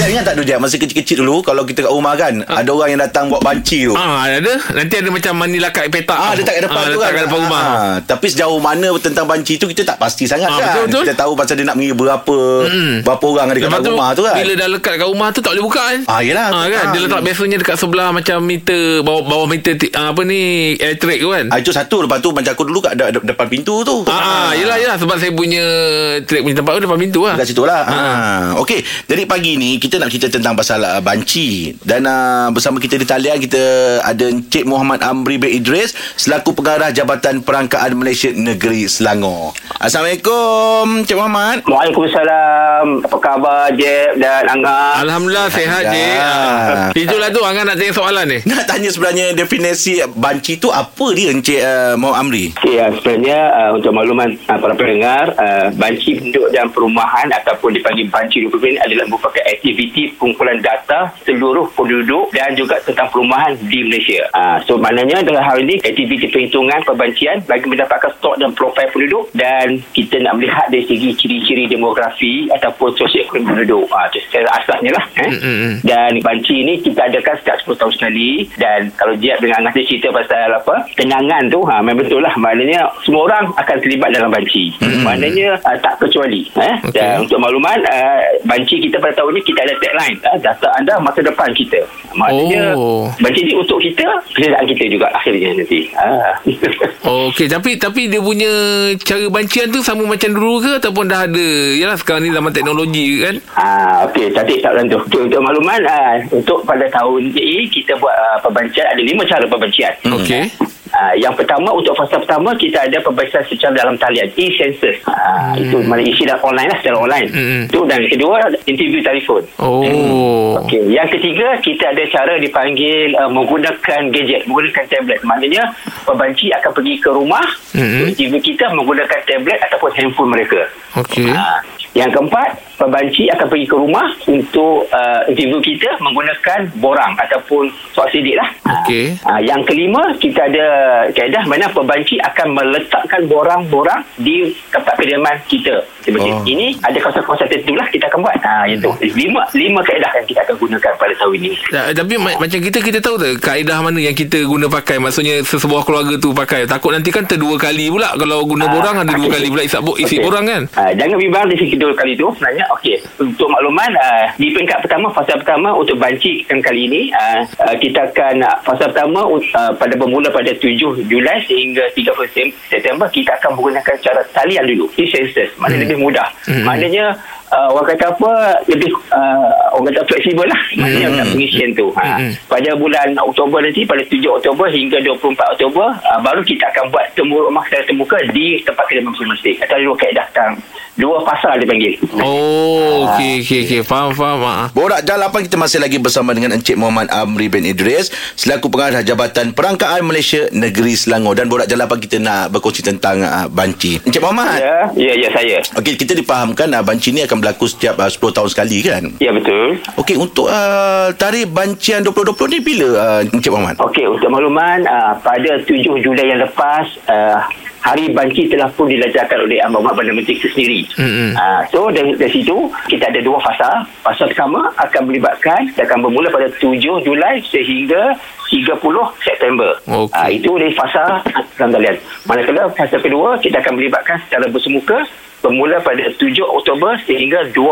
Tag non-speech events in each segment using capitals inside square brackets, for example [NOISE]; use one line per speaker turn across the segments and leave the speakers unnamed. Jap ingat tak tu Jam Masa kecil-kecil dulu Kalau kita kat rumah kan ha. Ada orang yang datang Buat banci tu
Ah ada Nanti ada macam Manila kat petak
Ah, letak kat depan
ah,
tu
Letak
kan
kat depan rumah
Ah, ah. Tapi sejauh mana Tentang banci tu Kita tak pasti sangat kan
Ah, betul, betul. Hmm.
Kita tahu pasal dia nak mengira berapa Berapa orang ada kat
Lepas tu
rumah tu kan
Bila dah lekat kat rumah tu Tak boleh buka kan
Ah, yelah.
ah, kan? Dia
Ah.
letak biasanya dekat sebelah Macam meter Bawah, bawah meter ti- ah, Apa ni Elektrik tu kan
ah, kan. Itu satu Lepas tu macam aku dulu kat de- de- Depan pintu tu
Ah, ah, yelah yelah sebab saya punya trek punya tempat tu depan pintu lah.
Dekat situ lah ha. Okey Jadi pagi ni Kita nak cerita tentang Pasal uh, banci Dan uh, bersama kita di talian Kita ada Encik Muhammad Amri bin Idris Selaku pengarah Jabatan Perangkaan Malaysia Negeri Selangor Assalamualaikum Encik Muhammad [LAUGHS]
Waalaikumsalam. Apa khabar Jeb dan Angga?
Alhamdulillah sehat je.
Alhamdulillah.
Ah. Itulah tu Angan nak tanya soalan ni.
Nak tanya sebenarnya definisi banci tu apa dia Encik uh, Muhammad Amri?
Okay, uh, sebenarnya uh, untuk makluman uh, para pendengar, uh, banci penduduk dan perumahan ataupun dipanggil banci penduduk ini adalah merupakan aktiviti pengumpulan data seluruh penduduk dan juga tentang perumahan di Malaysia. Uh, so, maknanya dalam hal ini, aktiviti perhitungan perbancian bagi mendapatkan stok dan profil penduduk dan kita nak melihat dari segi ciri-ciri demografi ataupun sosioekonomi penduduk. Uh, itu secara asasnya lah. Eh?
mm.
Dan banci ni kita adakan setiap 10 tahun sekali dan kalau Jeb dengan Angah tadi cerita pasal apa kenangan tu ha memang betul lah maknanya semua orang akan terlibat dalam banci. Hmm. Maknanya uh, tak kecuali eh.
Mm, Okey.
Okay. Dan untuk makluman uh, banci kita pada tahun ni kita ada tagline uh, data anda masa depan kita. Maknanya
Oh.
oh. banci ni untuk kita kenderaan kita juga akhirnya nanti. [LAUGHS] Ha.
Okey, tapi tapi dia punya cara bancian tu sama macam dulu ke ataupun dah ada? Yalah sekarang ni zaman teknologi kan.
Ah, okey, cantik tak bulan tu. Okey, untuk makluman, ah, untuk pada tahun ini kita buat ah, perbancian ada lima cara perbancian.
Hmm.
Okey.
Ah, yang pertama untuk fasa pertama kita ada perbancian secara dalam talian e-census. Ah, hmm. itu mana isi dalam online lah secara online.
Hmm.
Itu dan yang kedua interview telefon.
Oh.
Hmm.
Okey, yang ketiga kita ada cara dipanggil uh, menggunakan gadget, menggunakan tablet. Maknanya pebanci akan pergi ke rumah,
Mm-mm.
mm-hmm. kita menggunakan tablet ataupun handphone mereka.
Okey.
Ah,
Ha. Yang keempat, pebanci akan pergi ke rumah untuk uh, interview kita menggunakan borang ataupun suap sidik lah. Ha.
Okey.
Ha. Yang kelima, kita ada kaedah mana pebanci akan meletakkan borang-borang di tempat kediaman kita. Seperti
Oh.
oh. ini, ada kawasan-kawasan tertentu lah kita akan buat. Ha, itu.
Hmm.
Lima, lima kaedah yang kita akan gunakan pada tahun ini.
Ta- Ya, Tapi ma- macam kita Kita tahu tak Kaedah mana yang kita guna pakai Maksudnya Sesebuah keluarga tu pakai Takut nanti kan Terdua kali pula Kalau guna
Ah,
borang Ada dua
okey.
kali pula Isap bo- isi
Okey.
borang kan
Ah, jangan bimbang di segi kedua kali tu sebenarnya okey untuk makluman ah, di peringkat pertama fasa pertama untuk banci yang kali ini ah, ah, kita akan ah, fasa pertama ah, pada bermula pada 7 Julai sehingga 30 Sem- September kita akan menggunakan cara talian dulu e-census
Hmm.
maknanya lebih mudah maknanya ah, orang kata apa lebih ah, orang kata fleksibel lah maknanya hmm. pengisian tu ha.
Hmm.
pada bulan Oktober nanti pada 7 Oktober hingga 24 Oktober ah, baru kita akan buat temu rumah secara termuka di tempat kediaman masing-masing atau dua kaedah tang dua pasal dipanggil
Oh
Ah,
Okey okey okey Faham faham ah.
Borak Jalapan kita masih lagi bersama dengan Encik Muhammad Amri bin Idris Selaku pengarah Jabatan Perangkaan Malaysia Negeri Selangor Dan Borak Jalapan kita nak berkongsi tentang uh, banci Encik Muhammad
ya ya ya saya
Okey kita difahamkan uh, banci ni akan berlaku setiap uh, 10 tahun sekali kan
ya betul
Okey untuk uh, tarikh bancian 2020 ni bila uh, Encik Muhammad?
Okey, untuk makluman, uh, pada 7 Julai yang lepas, uh, Hari Banci telah pun dilancarkan oleh Ahmad Muhammad Perdana Menteri itu sendiri.
Mm-mm.
Uh, so, dari, dari situ, kita ada dua fasa. Fasa pertama akan melibatkan, dia akan bermula pada 7 Julai sehingga 30 September.
Okey.
Ah, itu dari fasa dalam talian. Manakala fasa kedua, kita akan melibatkan secara bersemuka bermula pada 7 Oktober sehingga 24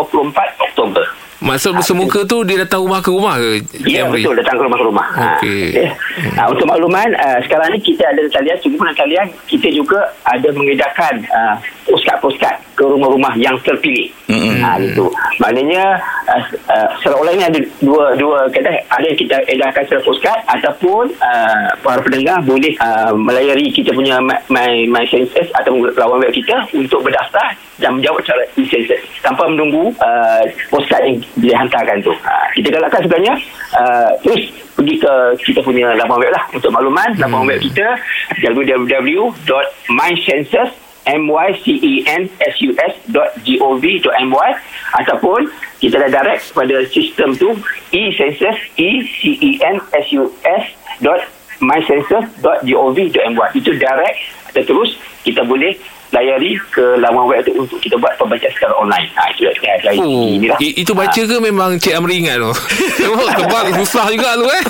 Oktober.
Maksud bersemuka tu Dia datang rumah ke rumah ke
Ah, Ya
Amri?
betul datang ke rumah-rumah.
Okey.
Ha, ha, untuk makluman uh, sekarang ni kita ada talian sehubungan talian kita juga ada mengedarkan uh, postcard-postcard ke rumah-rumah yang terpilih.
Mm-mm.
Ha gitu. Maknanya uh, uh, secara online ada dua dua kata ada yang kita edarkan secara postcard ataupun uh, para pendengar boleh uh, melayari kita punya my my, my senses atau lawan web kita untuk berdaftar dan menjawab secara e-senses tanpa menunggu uh, postcard yang dihantarkan tu. Ha, kita galakkan sebenarnya uh, terus pergi ke kita punya laman web lah untuk makluman laman web kita www.mysenses E mycensus.gov.my ataupun kita dah direct pada sistem tu E e-census e-c-e-n-s-u-s dot mycensus.gov.my itu direct terus kita boleh layari ke laman web tu untuk kita buat pembacaan secara online. Ha, itu dah saya ajar
Oh,
ini lah.
i- itu baca ke memang Cik Amri ingat tu? [LAUGHS] Oh, tebal susah juga tu
[LAUGHS]
eh.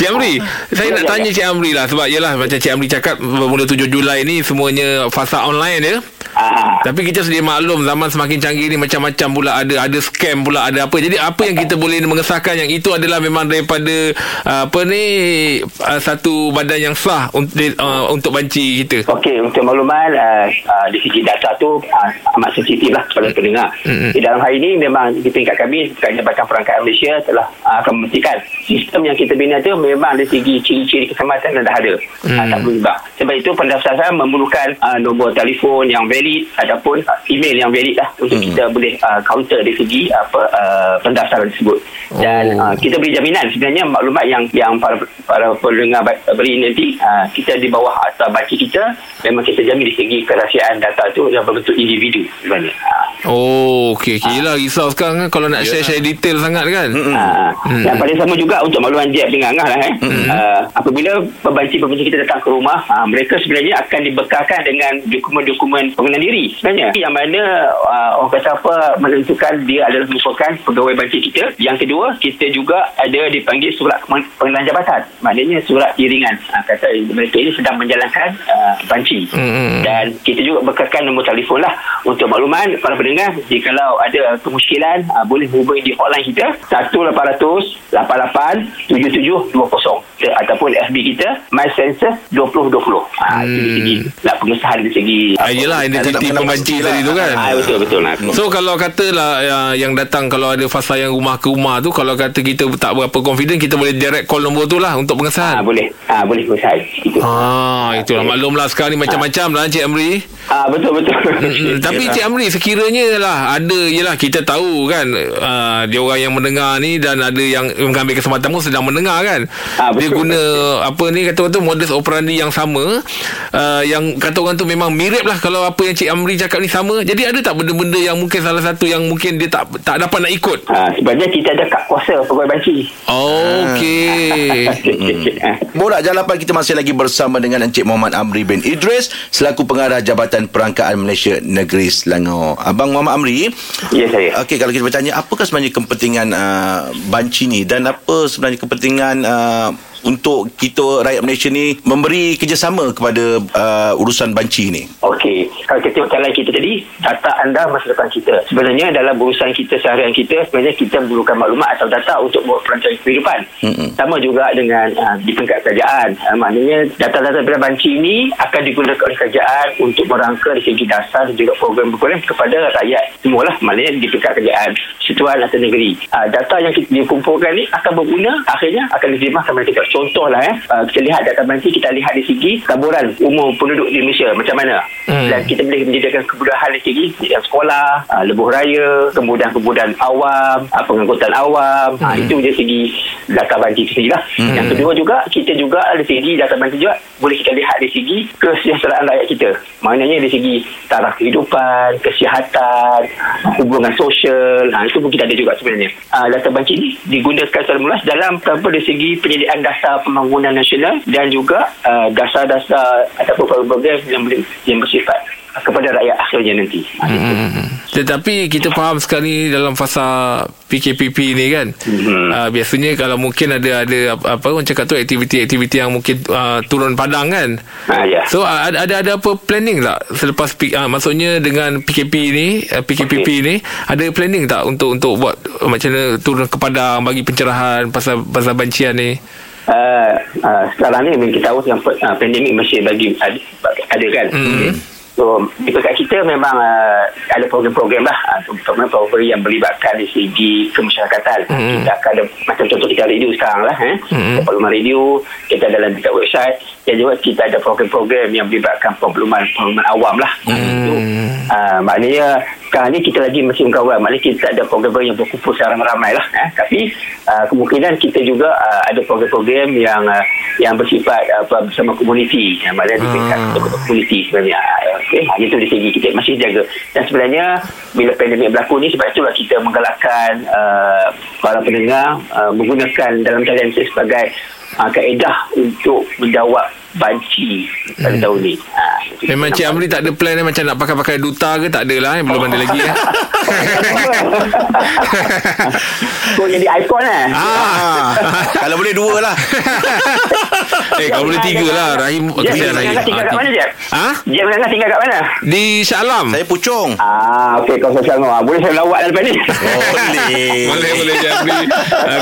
Cik Amri, saya
Ya,
nak
ya,
tanya
ya.
Cik Amri lah sebab yalah macam Cik Amri cakap bermula 7 Julai ni semuanya fasa online ya.
Ah,
Tapi kita sedia maklum zaman semakin canggih ni macam-macam pula ada ada scam pula ada apa. Jadi apa yang kita boleh mengesahkan yang itu adalah memang daripada uh, apa ni uh, satu badan yang sah untuk uh, untuk banci kita.
Okey, untuk makluman uh, uh, di segi data tu uh, amat sensitif lah kepada pendengar. Mm-hmm. Di dalam hari ini memang di peringkat kami, Kerajaan Bakar Perangkat Malaysia telah uh, akan memastikan sistem yang kita bina tu memang dari segi ciri-ciri keselamatan dah ada. Mm. Uh, tak berubah. Sebab itu pendaftaran memerlukan uh, nombor telefon yang valid ataupun uh, email yang valid lah untuk mm. kita boleh uh, counter dari segi apa uh, pendaftaran tersebut. Dan
Oh.
uh, kita beri jaminan sebenarnya maklumat yang yang para para pendengar ba- beri nanti uh, kita di bawah atau baca kita memang kita jamin di segi kerahsiaan data tu yang berbentuk individu sebenarnya. Uh,
Oh, okey okey. Yalah risau sekarang kan kalau nak share-share detail sangat kan.
Hmm.
Hmm.
Dan pada sama juga untuk makluman Jeb dengan Angah lah eh. Hmm. Uh, apabila pembanci-pembanci kita datang ke rumah, uh, mereka sebenarnya akan dibekalkan dengan dokumen-dokumen pengenalan diri sebenarnya. Yang mana uh, orang kata apa menentukan dia adalah merupakan pegawai banci kita. Yang kedua, kita juga ada dipanggil surat kemen- pengenalan jabatan. Maknanya surat iringan. Uh, kata mereka ini sedang menjalankan uh, banci.
Hmm.
Dan kita juga bekalkan nombor telefon lah untuk makluman para pendengar jikalau ada kemusykilan uh, boleh hubungi di hotline kita 1800 88 7720 Kita- ataupun FB kita My Census 2020 ha, hmm. itu di segi nak pengesahan di segi
Ah, yelah identiti
tak nak
pembanci
memastikan.
tadi tu kan.
ha, betul betul lah
So kalau katalah uh, yang datang kalau ada fasa yang rumah ke rumah tu kalau kata kita tak berapa confident kita boleh direct call nombor tu lah untuk
ha,
pengesahan.
boleh ha, boleh pengesahan itu ha.
Ah, itulah maklumlah sekarang ni macam-macam lah Cik Amri.
Ah, betul betul
Mm,
[LAUGHS] lah.
tapi Cik Amri sekiranya lah ada yelah kita tahu kan uh, dia orang yang mendengar ni dan ada yang mengambil kesempatan pun sedang mendengar kan
Ah,
dia
betul.
guna apa ni kata orang tu modus operandi yang sama uh, yang kata orang tu memang mirip lah kalau apa yang Cik Amri cakap ni sama jadi ada tak benda-benda yang mungkin salah satu yang mungkin dia tak tak dapat nak ikut
ha, sebenarnya kita ada kad kuasa pegawai banci
okey
Okey, okey,
Mm-hmm.
okey. Ha.
Borak Jalapan kita masih lagi bersama dengan Encik Muhammad Amri bin Idris selaku pengarah Jabatan Perangkaan Malaysia Negeri Selangor. Abang Muhammad Amri,
Ya saya
okey kalau kita bertanya apakah sebenarnya kepentingan uh, banci ni dan apa sebenarnya kepentingan uh, untuk kita rakyat Malaysia ni memberi kerjasama kepada uh, urusan banci ni?
Okey, kalau kita tengok talian kita tadi, data anda masa depan kita. Sebenarnya dalam urusan kita seharian kita, sebenarnya kita memerlukan maklumat atau data untuk buat perancangan kehidupan.
Mm-mm.
Sama juga dengan uh, di peringkat kerajaan. Uh, maknanya data-data daripada banci ini akan digunakan oleh kerajaan untuk merangka dari segi dasar dan juga program-program kepada rakyat semualah. Maknanya di peringkat kerajaan, setuan atau negeri. Uh, data yang kita dikumpulkan ni akan berguna, akhirnya akan diterjemahkan mereka. Contohlah eh, uh, kita lihat data banci, kita lihat di segi kaburan umur penduduk di Malaysia macam mana.
Hmm.
Dan kita boleh menyediakan kemudahan dari segi yang sekolah, uh, lebuh raya, kemudahan-kemudahan awam, uh, pengangkutan awam. Hmm. itu dari segi data banci itu sendiri lah. Yang kedua juga, kita juga dari segi data banci juga boleh kita lihat dari segi kesejahteraan rakyat kita. Maknanya dari segi taraf kehidupan, kesihatan, hubungan sosial. Ha, itu pun kita ada juga sebenarnya. Uh, data banci ini digunakan secara luas dalam tanpa dari segi penyediaan dasar pembangunan nasional dan juga uh, dasar-dasar ataupun program yang, boleh- yang bersifat kepada rakyat akhirnya nanti.
Hmm. Tetapi kita faham sekarang ni dalam fasa PKPP ni kan.
Mhm.
Uh, biasanya kalau mungkin ada ada apa, apa orang cakap tu aktiviti-aktiviti yang mungkin uh, turun padang kan.
Ha, ya.
So uh, ada ada ada apa planning tak selepas P, uh, maksudnya dengan PKP ni uh, PKPP
Okey.
ni ada planning tak untuk untuk buat uh, macam mana turun ke padang bagi pencerahan pasal pasal bancian ni.
uh, uh, sekarang ni memang kita tahu yang uh, pandemik masih bagi ada, ada kan.
Hmm.
So, di pekat kita memang uh, ada program-program lah. Uh, program-program yang melibatkan di segi kemasyarakatan.
Hmm.
Kita akan ada, macam contoh kita radio sekarang lah. Eh.
Hmm.
Kita Makluman radio, kita ada dalam dekat website. Dan juga kita ada program-program yang melibatkan pengmakluman-pengmakluman awam lah.
Hmm.
Itu, uh, maknanya, sekarang ni kita lagi masih kawan. Maknanya kita tak ada program-program yang berkumpul secara ramai lah. Eh. Tapi, uh, kemungkinan kita juga uh, ada program-program yang uh, yang bersifat uh, apa bersama komuniti. Yang maknanya di peringkat
Ah.
kita community sebenarnya. Okey, ha, itu dari segi kita masih jaga. Dan sebenarnya bila pandemik berlaku ni sebab itulah kita menggalakkan uh, para pendengar uh, menggunakan dalam talian itu sebagai uh, kaedah untuk menjawab banci pada hmm. tahun ni. Uh,
Memang Cik [LAUGHS] Amri tak ada plan eh, Macam nak pakai-pakai duta ke Tak ada lah eh. Belum ada lagi eh. [LAUGHS]
so jadi ikon eh.
ah.
[LAUGHS] Kalau boleh dua lah
Eh kalau boleh tiga lah Rahim
Dia
kesian Rahim
menengah tinggal
Ah,
kat mana
tiga.
dia?
Ha?
Dia menengah tinggal kat mana?
Di Shah Alam
Hmm. Saya pucung
Ah, okey kau saya Selangor. Ah, Boleh saya lawat lah lepas ni.
Oh.
Boleh
Boleh boleh Cik Amri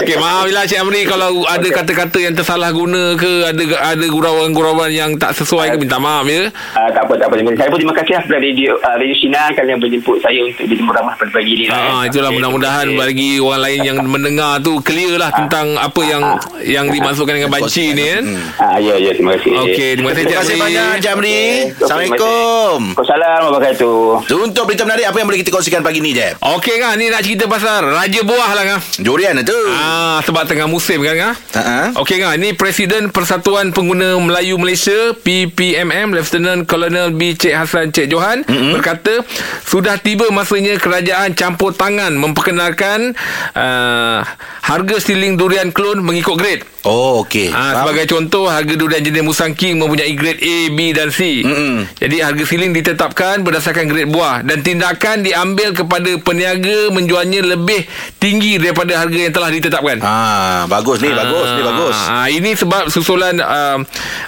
Okey maaflah Cik Amri Kalau ada kata-kata yang tersalah guna ke Ada ada gurauan-gurauan yang tak sesuai ke Minta maaf ya
[LAUGHS] Ah, tak apa, tak apa. Saya pun terima kasih lah kepada Radio, uh, Radio Sinar kerana menjemput saya untuk di Jemur Ramah pada pagi ni.
Ah,
Eh.
itulah
Okey,
mudah-mudahan
terima kasih.
bagi orang lain yang mendengar tu clear lah tentang apa yang yang dimasukkan dengan banci ni kan.
Ah, ya, ya. Terima kasih.
Okey, terima kasih
Terima kasih
Cik Amri.
banyak Cik Amri Assalamualaikum
Assalamualaikum wabarakatuh.
Untuk berita menarik Apa yang boleh kita kongsikan pagi ni Jeb
Okey kan, ni nak cerita pasal Raja Buah lah kan.
Durian itu
Hmm.
Ha,
Ah, sebab tengah musim kan kan.
Ha-ha.
Okey kan, ni Presiden Persatuan Pengguna Melayu Malaysia PPMM Lieutenant Colonel B Cik Hasan Cik Johan mm-hmm. berkata sudah tiba masanya kerajaan campur tangan memperkenalkan uh, harga siling durian klon mengikut grade.
Oh okey Faham?
Ah, sebagai contoh harga durian jenis Musang King mempunyai grade A, B dan C.
Mm-mm.
Jadi harga siling ditetapkan berdasarkan grade buah dan tindakan diambil kepada peniaga menjualnya lebih tinggi daripada harga yang telah ditetapkan.
Ah, bagus ni, bagus ni, bagus.
Ah, ini sebab susulan uh,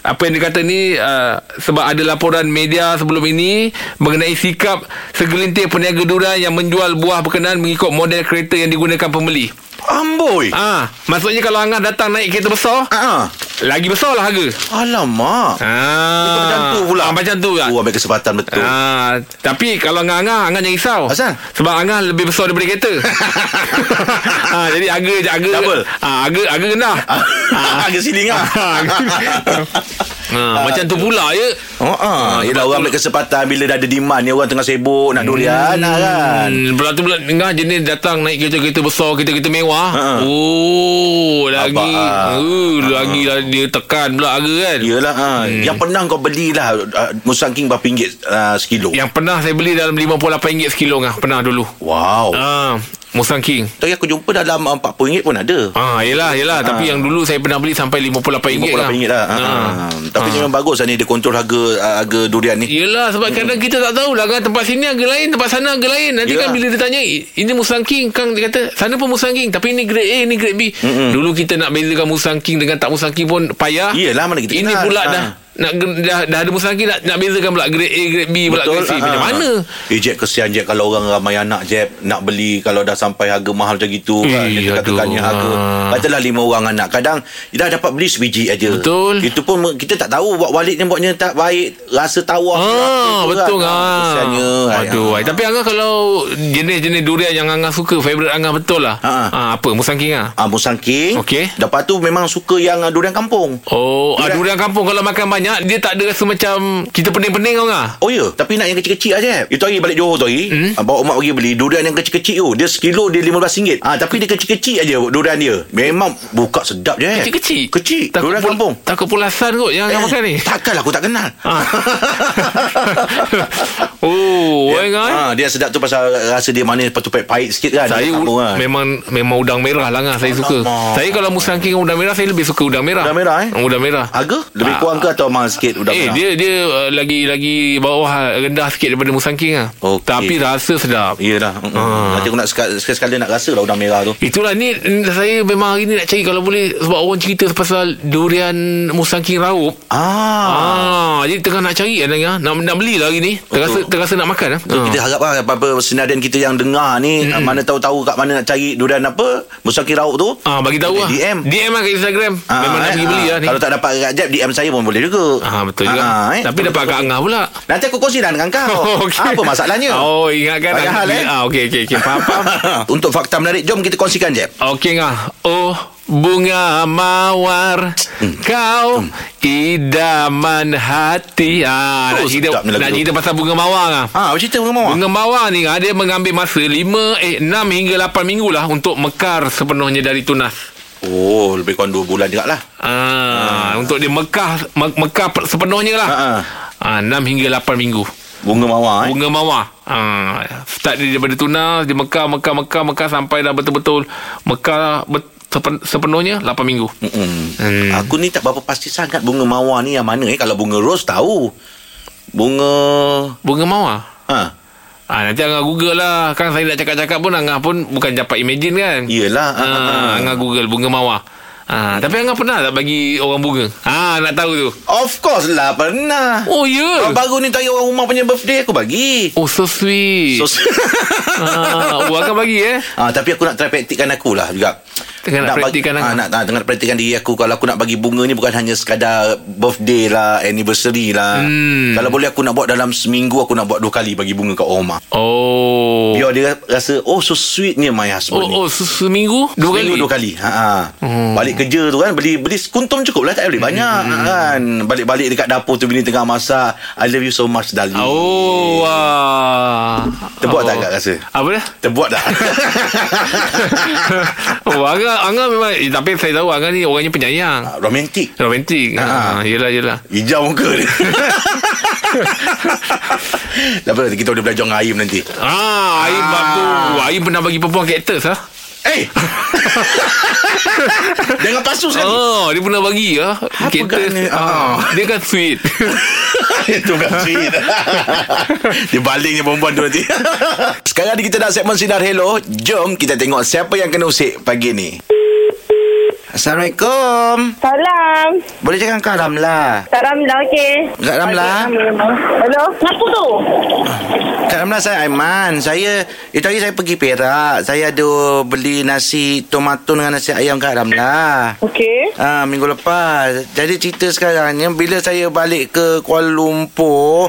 apa yang dikata ni uh, sebab ada laporan media sebelum ini mengenai sikap segelintir peniaga durian yang menjual buah berkenan mengikut model kereta yang digunakan pembeli.
Amboi.
Ah, maksudnya kalau Angah datang naik kereta besar,
Ah.
lagi besar lah harga.
Alamak.
Ah.
Macam tu pula.
Ah, macam tu lah.
Oh, ambil kesempatan betul.
Ah, tapi kalau dengan Angah Angah jangan risau
Asal?
Sebab Angah lebih besar daripada
[LAUGHS]
kereta ah, Jadi harga harga,
Double.
ah, harga, harga rendah
[LAUGHS] Harga siling [LAUGHS] ah.
ah, Ha, Macam tu pula ya
[LAUGHS] Oh, ah. Yelah orang ambil kesempatan bila dah ada demand ni orang tengah sibuk nak durian lah kan.
Hmm, Lepas tu pula Angah jenis datang naik kereta-kereta besar Kereta-kereta mewah
Ha.
Oh Lagi
Abang, ah.
uh, Lagi lah dia tekan pula harga kan
Yelah ah. Yang pernah kau belilah uh, musang king berapa ringgit uh, sekilo?
Yang pernah saya beli dalam RM58 sekilo Angah Pernah dulu
Wow.
ah, Musang King
Tapi aku jumpa dalam uh, RM40 pun ada.
Ah, yelah, yelah. Tapi
Ha.
yang dulu saya pernah beli sampai RM58
RM50 lah.
lah.
lah. Ha.
Ah.
Tapi memang bagus lah ni dia kontrol harga uh, harga durian ni.
Yelah sebab kadang kita tak tahu lah kan tempat sini harga lain tempat sana harga lain nanti
Yelah.
kan bila ditanya "I- ini Musang King kan dia kata sana pun Musang King tapi ini grade A ini grade B Mm-mm. dulu kita nak bezakan Musang King dengan tak Musang King pun payah
Yelah, mana kita
ini
kenal.
pula
Ah.
dah nak ge- dah, dah ada Musang King nak, nak bezakan pula grade A grade B pula grade C
ah,
macam
ah.
mana
Eh Jeb kesian Jeb Kalau orang ramai anak Jeb Nak beli Kalau dah sampai harga mahal macam gitu kan,
Eh,
Dia katakannya
aduh.
harga
Ah.
Katalah lima orang anak Kadang Dah dapat beli sebiji aja
Betul.
Itu pun me- kita tak tahu Buat walik ni buatnya tak baik Rasa tawar ke apa
Ah,
tu
betul
kan. Ah,
ah.
Kesiannya
Aduh,
Ay,
ai.
ah.
tapi Angah kalau jenis-jenis durian yang Angah suka, favorite Angah betul lah.
Ha, ha.
Ah, apa? Musang King ah.
Ah, Musang King
Okey.
Lepas tu memang suka yang ah, durian kampung
Oh, durian. Ah,
Durian-
durian kampung kalau makan banyak dia tak ada rasa macam kita pening-pening kau Angah.
Oh ya Tapi nak yang kecil-kecil aja. Itu hari balik Johor tu hari hmm? Bawa mak pergi beli Durian yang kecil-kecil tu Dia sekilo dia RM15 ha, Tapi dia kecil-kecil aja Durian dia Memang buka sedap je
Kecil-kecil.
Kecil Durian
pul-
kampung Eh.
Takut pulasan kot yang Angah
[LAUGHS]
makan ni.
Takkanlah aku tak kenal
Ah. [LAUGHS] oh, yeah.
dia,
Angah. eh.
ha, dia sedap tu pasal rasa dia manis Lepas tu pahit-pahit sikit kan
Saya
Dia
u-
kampung kan.
memang memang udang merah lah Angah saya suka.
Alamak.
Saya kalau musang king udang merah saya lebih suka udang merah.
Udang merah, eh?
Udang merah.
Harga? Lebih
Ah,
kurang ke atau mahal sikit udang
eh
merah?
dia dia uh, lagi lagi bawah rendah sikit daripada musang king ah.
Okey.
Tapi rasa sedap.
Yelah
Ah.
ha. Nanti aku nak sekal- sekali-sekala nak rasa lah udang merah tu
Itulah ni mm, saya memang hari ni nak cari kalau boleh sebab orang cerita pasal durian musang king raup.
Ah,
Ah, jadi tengah nak cari kan Angah. Nak nak beli lah hari ni. Terasa terasa nak makan ah. Ah.
Kita haraplah apa-apa senarian kita yang dengar ni mm Mana tahu-tahu kat mana nak cari durian apa Musaki rauk tu
Ah bagi tahu lah.
DM.
DM lah kat Instagram.
Ah,
Memang nak
eh,
pergi beli
ah.
lah ni.
Kalau tak dapat kat Jeb DM saya pun boleh juga
Ah betul juga.
Ah, eh.
Tapi dapat kat Angah pula.
Nanti aku kongsi dah dengan
[LAUGHS]
kau
okey.
Apa masalahnya
[LAUGHS] Oh, ingatkan
Padahal,
aku.
eh.
Ah, okey okey okey. Faham faham.
[LAUGHS] Untuk fakta menarik Jom kita kongsikan Jeb
Okey ngah. Oh bunga mawar
Hmm.
kau idaman hati. Ah
Oh,
nak cerita
sedap ni lagu
nak
tu.
cerita pasal bunga mawar ngah.
Ha, apa cerita bunga mawar?
Bunga mawar ni ngah, dia mengambil masa 5 eh 6 hingga 8 minggu lah untuk mekar sepenuhnya dari tunas.
Oh, lebih kurang 2 bulan juga lah.
Ah, untuk dia mekah me- mekah per- sepenuhnya lah.
Ha,
Ah, 6 hingga 8 minggu.
Bunga mawar eh.
Bunga mawar Ah, ha, Start dia daripada tunas Dia mekar, mekar, mekar, mekar Sampai dah betul-betul Mekar bet, sepen, sepenuhnya 8 minggu.
Mm-mm.
Hmm.
Aku ni tak berapa pasti sangat bunga mawar ni yang mana eh. Kalau bunga rose tahu. Bunga...
Bunga mawar.
Ha.
Ah nanti Angah Google lah. Kan saya nak cakap-cakap pun Angah pun bukan dapat imagine kan.
Yelah.
Ah, Angah Google bunga mawar. Ah tapi Angah pernah tak bagi orang bunga? Ah nak tahu tu.
Of course lah pernah.
Oh
Kalau
ya. Yeah.
baru ni tanya orang rumah punya birthday aku bagi.
Oh so sweet.
So,
So, ah, oh, Angah bagi eh.
[LAUGHS] Ah, tapi aku nak try praktikkan aku lah juga.
Tengah nak praktikkan
bagi, ah,
aku.
nak, ah, tengah nak praktikkan diri aku Kalau aku nak bagi bunga ni Bukan hanya sekadar Birthday lah Anniversary lah
Hmm.
Kalau boleh aku nak buat Dalam seminggu Aku nak buat dua kali Bagi bunga kat orang rumah
Oh.
Biar dia rasa Oh so sweetnya my husband
Oh, oh se- seminggu dua
Seminggu
kali.
dua kali. Ha, ha.
Hmm.
Balik kerja tu kan beli beli sekuntum cukup lah tak payah beli banyak kan. Balik-balik dekat dapur tu bini tengah masak. I love you so much darling.
Oh wah.
Terbuat tak
Oh.
agak rasa?
Apa dia?
Terbuat [LAUGHS] tak?
oh, Angga, Angga memang eh, Tapi saya tahu Angga ni orangnya penyayang
Romantik.
Romantik ha.
Ha.
Yelah yelah
Ah, Hijau muka [LAUGHS] dia. Lepas tu kita boleh belajar dengan Aim nanti.
Ah, Aim
Ah.
bab tu Aim pernah bagi perempuan kaktus lah
[LAUGHS] Eh! Jangan palsu sekali.
Oh, dia pernah bagi lah Kaktus
gana?
ah.
Ah.
Dia kan [LAUGHS] sweet
[LAUGHS] Itu bukan sweet [LAUGHS] Dia balingnya perempuan tu [LAUGHS] nanti Sekarang ni kita nak segmen Sinar Hello Jom kita tengok siapa yang kena usik pagi ni Assalamualaikum
Salam.
Boleh cakap karam lah
Salam dah okey.
Salam lah.
Okey, salam. Hello. Kenapa tu?
Karam lah saya Aiman Saya Itu hari saya pergi Perak Saya ada beli nasi tomato dengan nasi ayam karam lah
Okey.
Ah minggu lepas. Jadi cerita sekarangnya bila saya balik ke Kuala Lumpur,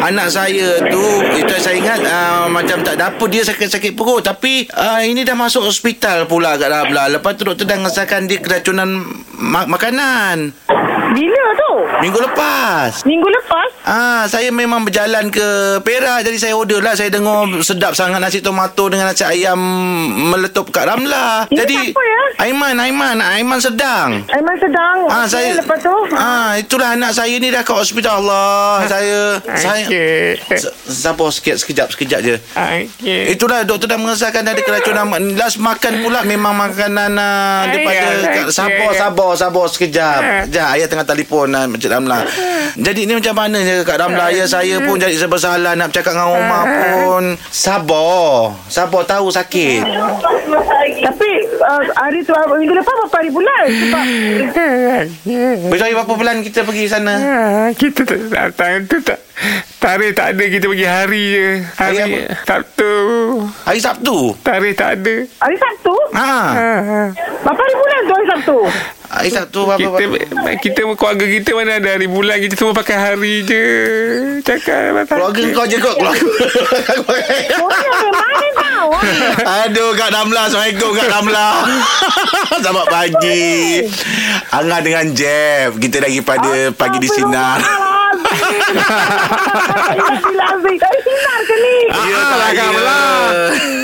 anak saya tu itu saya ingat ah, macam tak ada apa dia sakit-sakit perut tapi ah, ini dah masuk hospital pula kat Rabla. Lepas tu doktor dah ngesahkan dia keracunan mak- makanan
Bila tu?
minggu lepas.
Minggu lepas?
Ah, saya memang berjalan ke Perak Jadi saya order lah Saya dengar sedap sangat Nasi tomato dengan nasi ayam Meletup kat Ramla
Ini
Jadi
siapa ya? Oh,
Aiman, Aiman Aiman sedang
Aiman sedang.
Ah
Okey,
saya
Lepas tu? Ah,
Ah itulah anak saya ni dah kat hospital Allah. saya saya Sa- sabar sikit sekejap sekejap je.
Okay.
Itulah doktor dah mengesahkan ada keracunan mak- last makan pula memang makanan uh, daripada
Ayah,
sabar
ayah.
sabar sabar sekejap. Sekejap ayah tengah telefon uh, Encik Ramla. Jadi ni macam mana je Kak Ramla ayah saya pun jadi bersalah nak bercakap dengan Omar pun sabar. Sabar tahu sakit.
Tapi uh, hari tu hari- minggu lepas berapa hari bulan? Sebab
Besok hari berapa bulan kita pergi sana?
Ah, kita tak datang tu tak tarikh tak ada kita pergi hari je
Hari
hari,
apa?
Sabtu
Hari Sabtu.
tarikh tak ada
hari Sabtu?
Ha.
ah,
Berapa hari bulan tu hari Sabtu?
Hari Sabtu apa
kita kita keluarga kita mana ada hari bulan kita semua pakai hari je cakap apa
Keluarga kau je kot Keluarga [LAUGHS]
[LAUGHS] Oh, ya, mana tahu? ah?
Aduh Kak Damla Assalamualaikum Kak Damla [LAUGHS] Selamat pagi Angah dengan Jeff Kita lagi pada Pagi di Sinar [LAUGHS]
Astagfirullahalazim. Dari sinar ke ni?
Ya
Ah, lah, Kak Damla.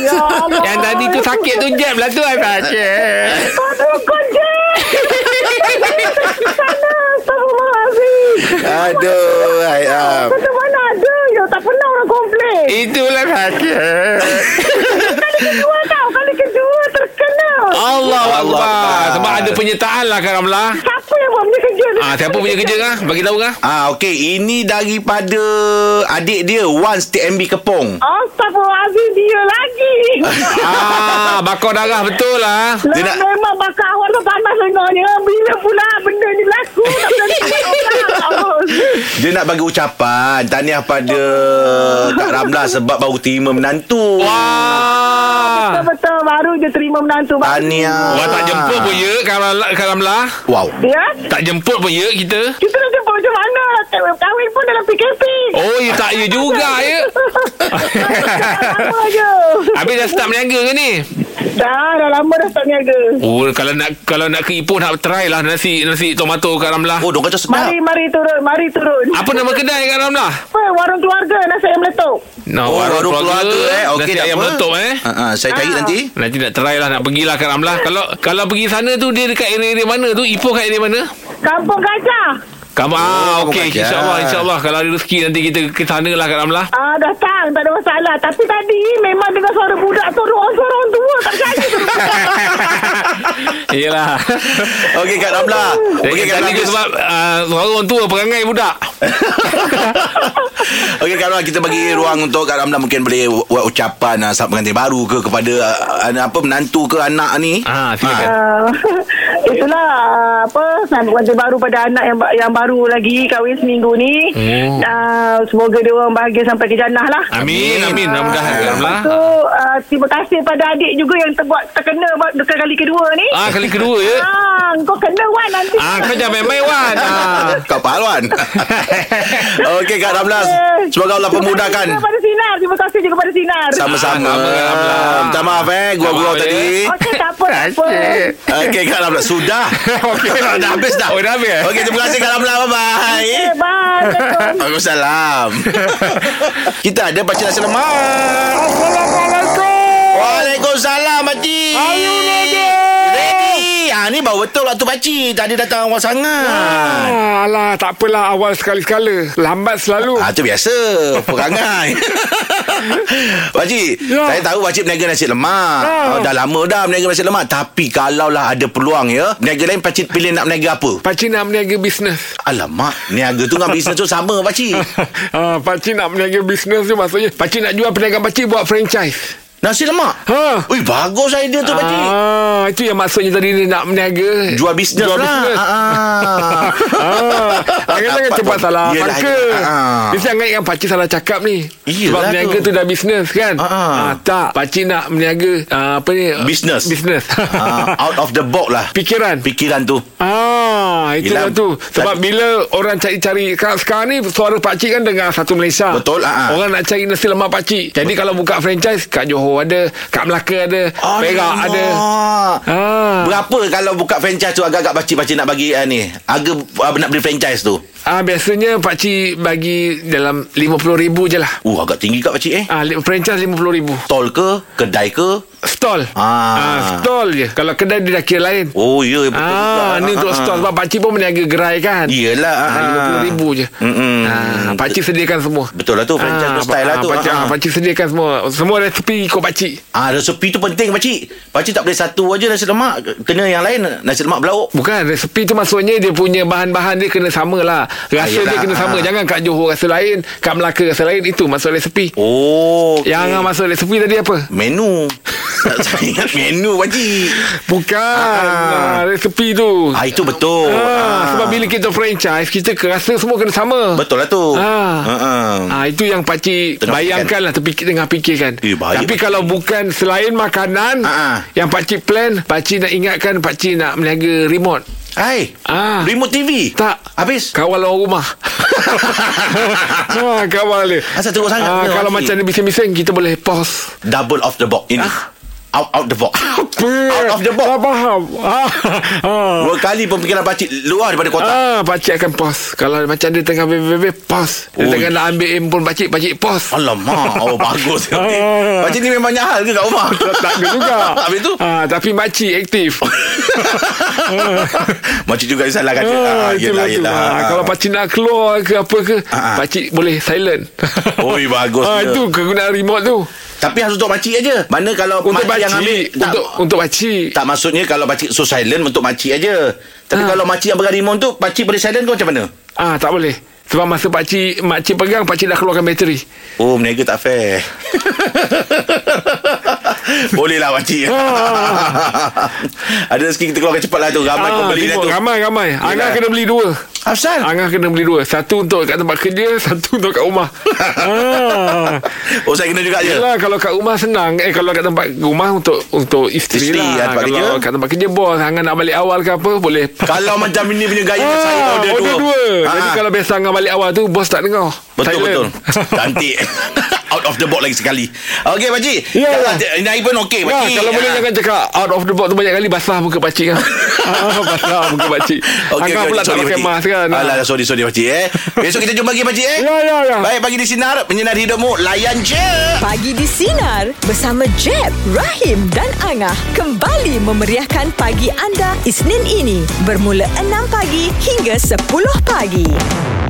Ya Allah.
Yang tadi tu sakit tu jam lah tu Aiman
Kau tu kau je. Sana. Astagfirullahalazim.
Aduh hai, ah.
Macam mana ada yo Tak pernah orang komplain
Itulah sakit
Kali kedua tau Kali kedua terkena
Allah
Allah
Akbar
Akbar.
Sebab ada penyertaan lah Karam lah
Siapa yang buat punya kerja ni?
ah, Siapa punya kerja kah? Bagi tahu kah?
Ah, okey, ini daripada adik dia Once TMB Kepong.
Astagfirullahaladzim Dia
[LAUGHS]
lagi
Ah, bakar darah betul lah
Lah
Dia nak-
memang bakar awak tu panas dengarnya Bila pula benda ni laku Tak
[LAUGHS]
boleh tengok
Ah.
orang.
Dia nak bagi ucapan tahniah pada Kak Ramla sebab baru terima menantu.
Wah
Betul-betul baru je terima menantu baru.
Tahniah.
Ah. Wah tak jemput pun ya Karam lah, Karam lah.
Wow.
Ya
Tak jemput pun ya kita
Kita nak jumpa macam mana Kahwin pun dalam PKP
Oh ya tak ya juga ya
Lama je
Habis dah start berniaga ke ni?
Dah dah lama dah tak niaga
Oh kalau nak kalau nak ke Ipoh nak try lah nasi nasi tomato Kak Ramlah.
Oh, dong kacau sedap.
Mari mari turun Mari turun
Apa nama kedai Kak Ramlah?
Apa warung keluarga nasi ayam meletup
No,
Oh, warung keluarga eh. Okey,
nasi
tak
ayam
apa.
meletup eh.
Ha, ha, saya cari
Ah.
nanti.
Nanti nak try lah Nak pergilah Kak Ramlah Kalau kalau pergi sana tu Dia dekat area-area mana tu Ipoh kat area mana
Kampung Gajah
Kamu ah
Oh,
okey
kamu belajar.
insyaallah insyaallah kalau ada rezeki nanti kita ke sana lah Kak
[LAUGHS]
Ramlah.
Ah, datang. Tak ada masalah. Tapi tadi memang dengan suara budak tu, orang suara orang tua. Tak percaya tu.
Yalah.
Okey Kak Ramla.
Okey
Okey Kak
Kak
Ramla.
sebab ah, orang tua perangai budak.
Okey Kak Ramla kita bagi ruang untuk Kak Ramla mungkin boleh buat ucapan uh, sahabat pengantin baru ke kepada uh, apa menantu ke anak ni.
Ah, silakan.
Ah, itulah ah, apa sambut baru pada anak yang ba- yang baru lagi kahwin seminggu ni.
Oh.
Ah, semoga dia orang bahagia sampai ke jannah lah.
Amin amin mudah-mudahan Kak Ramlah.
Lepas tu uh, terima kasih pada adik juga yang terbuat terkena buat dekat kali kedua ni.
Ah kali kedua ya.
Ah, kau kena Wan nanti.
Ah kau jangan main-main Wan. Ah.
Kak Pahlawan Okey Kak Ramla Semoga Allah
Terima kasih
pemudahkan
juga pada Sinar. Terima kasih juga pada Sinar.
Sama-sama
Ah, sama, Kak Ramla.
Minta maaf eh Gua-gua
Sama,
tadi
Okey, tak apa, tak apa.
Okey Kak Ramla Sudah
[LAUGHS] Okey.
Dah habis dah
Oh, dah habis, eh?
Okey terima kasih Kak Ramla Bye-bye
Eh, bye. Assalamualaikum.
[LAUGHS] Waalaikumsalam Kita ada Pakcik Nasi Lemak Assalamualaikum Waalaikumsalam Pakcik Are you ready? Ready ha, Ni baru betul waktu Pakcik Tadi datang awal sangat
Ah, alah, tak apalah awal sekali-sekala. Lambat selalu.
Ah tu biasa Perangai [LAUGHS] Pakcik
Ya.
Saya tahu Pakcik berniaga nasi lemak oh, Dah lama dah berniaga nasi lemak Tapi kalaulah ada peluang ya Berniaga lain Pakcik pilih nak berniaga apa?
Pakcik nak berniaga
[LAUGHS]
bisnes.
Alamak Berniaga tu dengan bisnes tu sama [LAUGHS] Pakcik
ah, pakcik nak berniaga bisnes tu maksudnya pakcik nak jual perniagaan pakcik buat franchise.
Nasi lemak
Ha.
Ui bagus idea tu Pakcik
Ah, itu yang maksudnya tadi dia nak berniaga.
Jual bisnes
Jual
lah
bisnes. [LAUGHS] Ah, Jangan-jangan cepat salah
Yelah,
sangka.
yelah. Ah.
Dia sangat ingat pakcik salah cakap ni.
Iyalah
Sebab berniaga
tu.
tu dah bisnes kan?
Ah, ah.
Ah, tak, pakcik nak berniaga ah, apa ni?
Bisnes.
Bisnes.
Ah, Out of the box lah
Pikiran.
Pikiran tu
Ah,
Yelah,
itulah tu.
tapi-
Sebab bila orang cari-cari sekarang, sekarang ni suara pak cik kan dengar satu Malaysia.
Betul, ah, ah.
Orang nak cari nasi lemak pak cik. Jadi kalau buka franchise kat Johor ada, kat Melaka ada, Perak
Alamak.
ada. Ah.
Berapa kalau buka franchise tu Agak-agak pakcik-pakcik nak bagi uh, ni Harga uh, nak beli franchise tu
Ah biasanya pak cik bagi dalam RM50,000 je lah.
Uh agak tinggi kat pakcik eh
Ah li- franchise RM50,000.
Tol ke Kedai ke
Stall.
Ah.
ah stall je. Kalau kedai dia dah kira lain.
Oh ya yeah, betul juga.
Ah, ni untuk
ah.
stall sebab pak cik pun berniaga gerai kan.
Yelah
Ah, RM50,000 je
Mm-mm.
ah, Pakcik sediakan semua
Betul lah tu, franchise tu, style lah tu.
pakcik,
Ah,
ah,
ah.
pakcik sediakan semua Semua resepi ikut pakcik
Ah, resepi tu penting pakcik Pakcik tak boleh satu aja nasi lemak Kena yang lain Nasi lemak belauk
Bukan resepi tu maksudnya Dia punya bahan-bahan dia kena sama lah Rasa
yelah,
dia kena sama
ah.
Jangan kat Johor rasa lain Kat Melaka rasa lain Itu maksud resepi
Oh okey.
Yang masuk resepi tadi apa?
Menu [LAUGHS] Tak- Saya ingat menu pakcik
Bukan ah, Resepi tu
Ah itu betul.
ah, Sebab bila kita franchise Kita rasa semua kena sama
betul lah tu.
Ah.
Ha.
Ah itu yang pakcik
Tengah
tengah bayangkanlah terpikir tengah fikirkan.
Eh, bahaya
Tapi
pakcik.
kalau bukan selain makanan
Ah, ah.
yang pakcik plan, pakcik nak ingatkan pakcik nak meniaga remote.
Hai.
Ah.
Remote TV.
Tak.
Habis.
Kawal orang [LAUGHS] rumah. ha, kawal dia.
Asal teruk sangat
Ah,
kena
kalau
pakcik.
macam dia bising-bising kita boleh pause.
Double of the box ini.
Ah.
Out out the box. [LAUGHS] out of the box.
Tak faham. Ah, ah.
Dua kali pemikiran pakcik luar daripada kotak.
Ah, pakcik akan pause Kalau macam dia tengah bebe Pause Dia
Ui.
tengah nak ambil handphone pakcik Pakcik pause
Alamak, oh bagus.
[LAUGHS] Ah.
Pakcik ni memang nyahal ke kat rumah?
Tak ada [LAUGHS] juga
[LAUGHS] Habis tu?
ha, Tapi makcik aktif [LAUGHS]
[LAUGHS] Makcik juga yang salahkan dia.
Ah,
Ah,
itulah
yelah,
tu.
yelah.
Ah, Kalau pakcik nak keluar ke apa ke
Ah, ah.
Pakcik boleh silent
Oi, bagusnya.
Ah, Itu kegunaan remote tu
Tapi harus untuk makcik aja. Mana kalau
Untuk
makcik yang ambil
pakcik
tak-
Untuk untuk pakcik
Tak maksudnya kalau pakcik so silent untuk makcik aja. Tapi ha. kalau makcik yang pegang remote tu, pakcik boleh silent ke macam mana?
Ah tak boleh sebab masa pakcik Makcik pegang Pakcik dah keluarkan bateri
Oh, meniaga tak fair. [LAUGHS] boleh lah pakcik. [LAUGHS] Ada rezeki kita keluarkan cepat lah tu. Ramai ha, pembeli dah
tengok,
tu.
Ah.
Eh.
Ramai ramai Angah kena beli dua
Afsal.
Angah kena beli dua Satu untuk kat tempat kerja [LAUGHS] Satu untuk kat
[LAUGHS]
rumah ah.
Oh, saya kena juga je.
Yelah kalau kat rumah senang Eh kalau kat tempat rumah Untuk untuk isteri,
Isteri lah,
lah
tempat
Kalau
kerja.
kat tempat kerja Bos Angah nak balik awal ke apa Boleh
Kalau macam ini punya gaya, saya
Ah,
order,
order dua,
Ha,
Jadi
ha.
kalau biasa Angah balik awal tu Bos tak dengar
Betul
Silent.
betul. Cantik.
[LAUGHS]
Out of the box lagi sekali. Okey pakcik.
Ya, ya.
Ini pun okey
Wah,
pakcik.
kalau boleh
Ah. [LAUGHS]
jangan cakap out of the box tu banyak kali basah muka pakcik kan. Ah, Pasrah muka pakcik okay, Angah pula tak
sorry,
pakai
pakcik.
mask kan
Alah, sorry, sorry pakcik eh. Besok kita jumpa lagi pakcik eh.
Ya, ya, ya.
Baik, pagi di Sinar, menyinari hidupmu, layan je.
Pagi di Sinar bersama Jeb, Rahim dan Angah kembali memeriahkan pagi anda Isnin ini bermula 6 pagi hingga 10 pagi.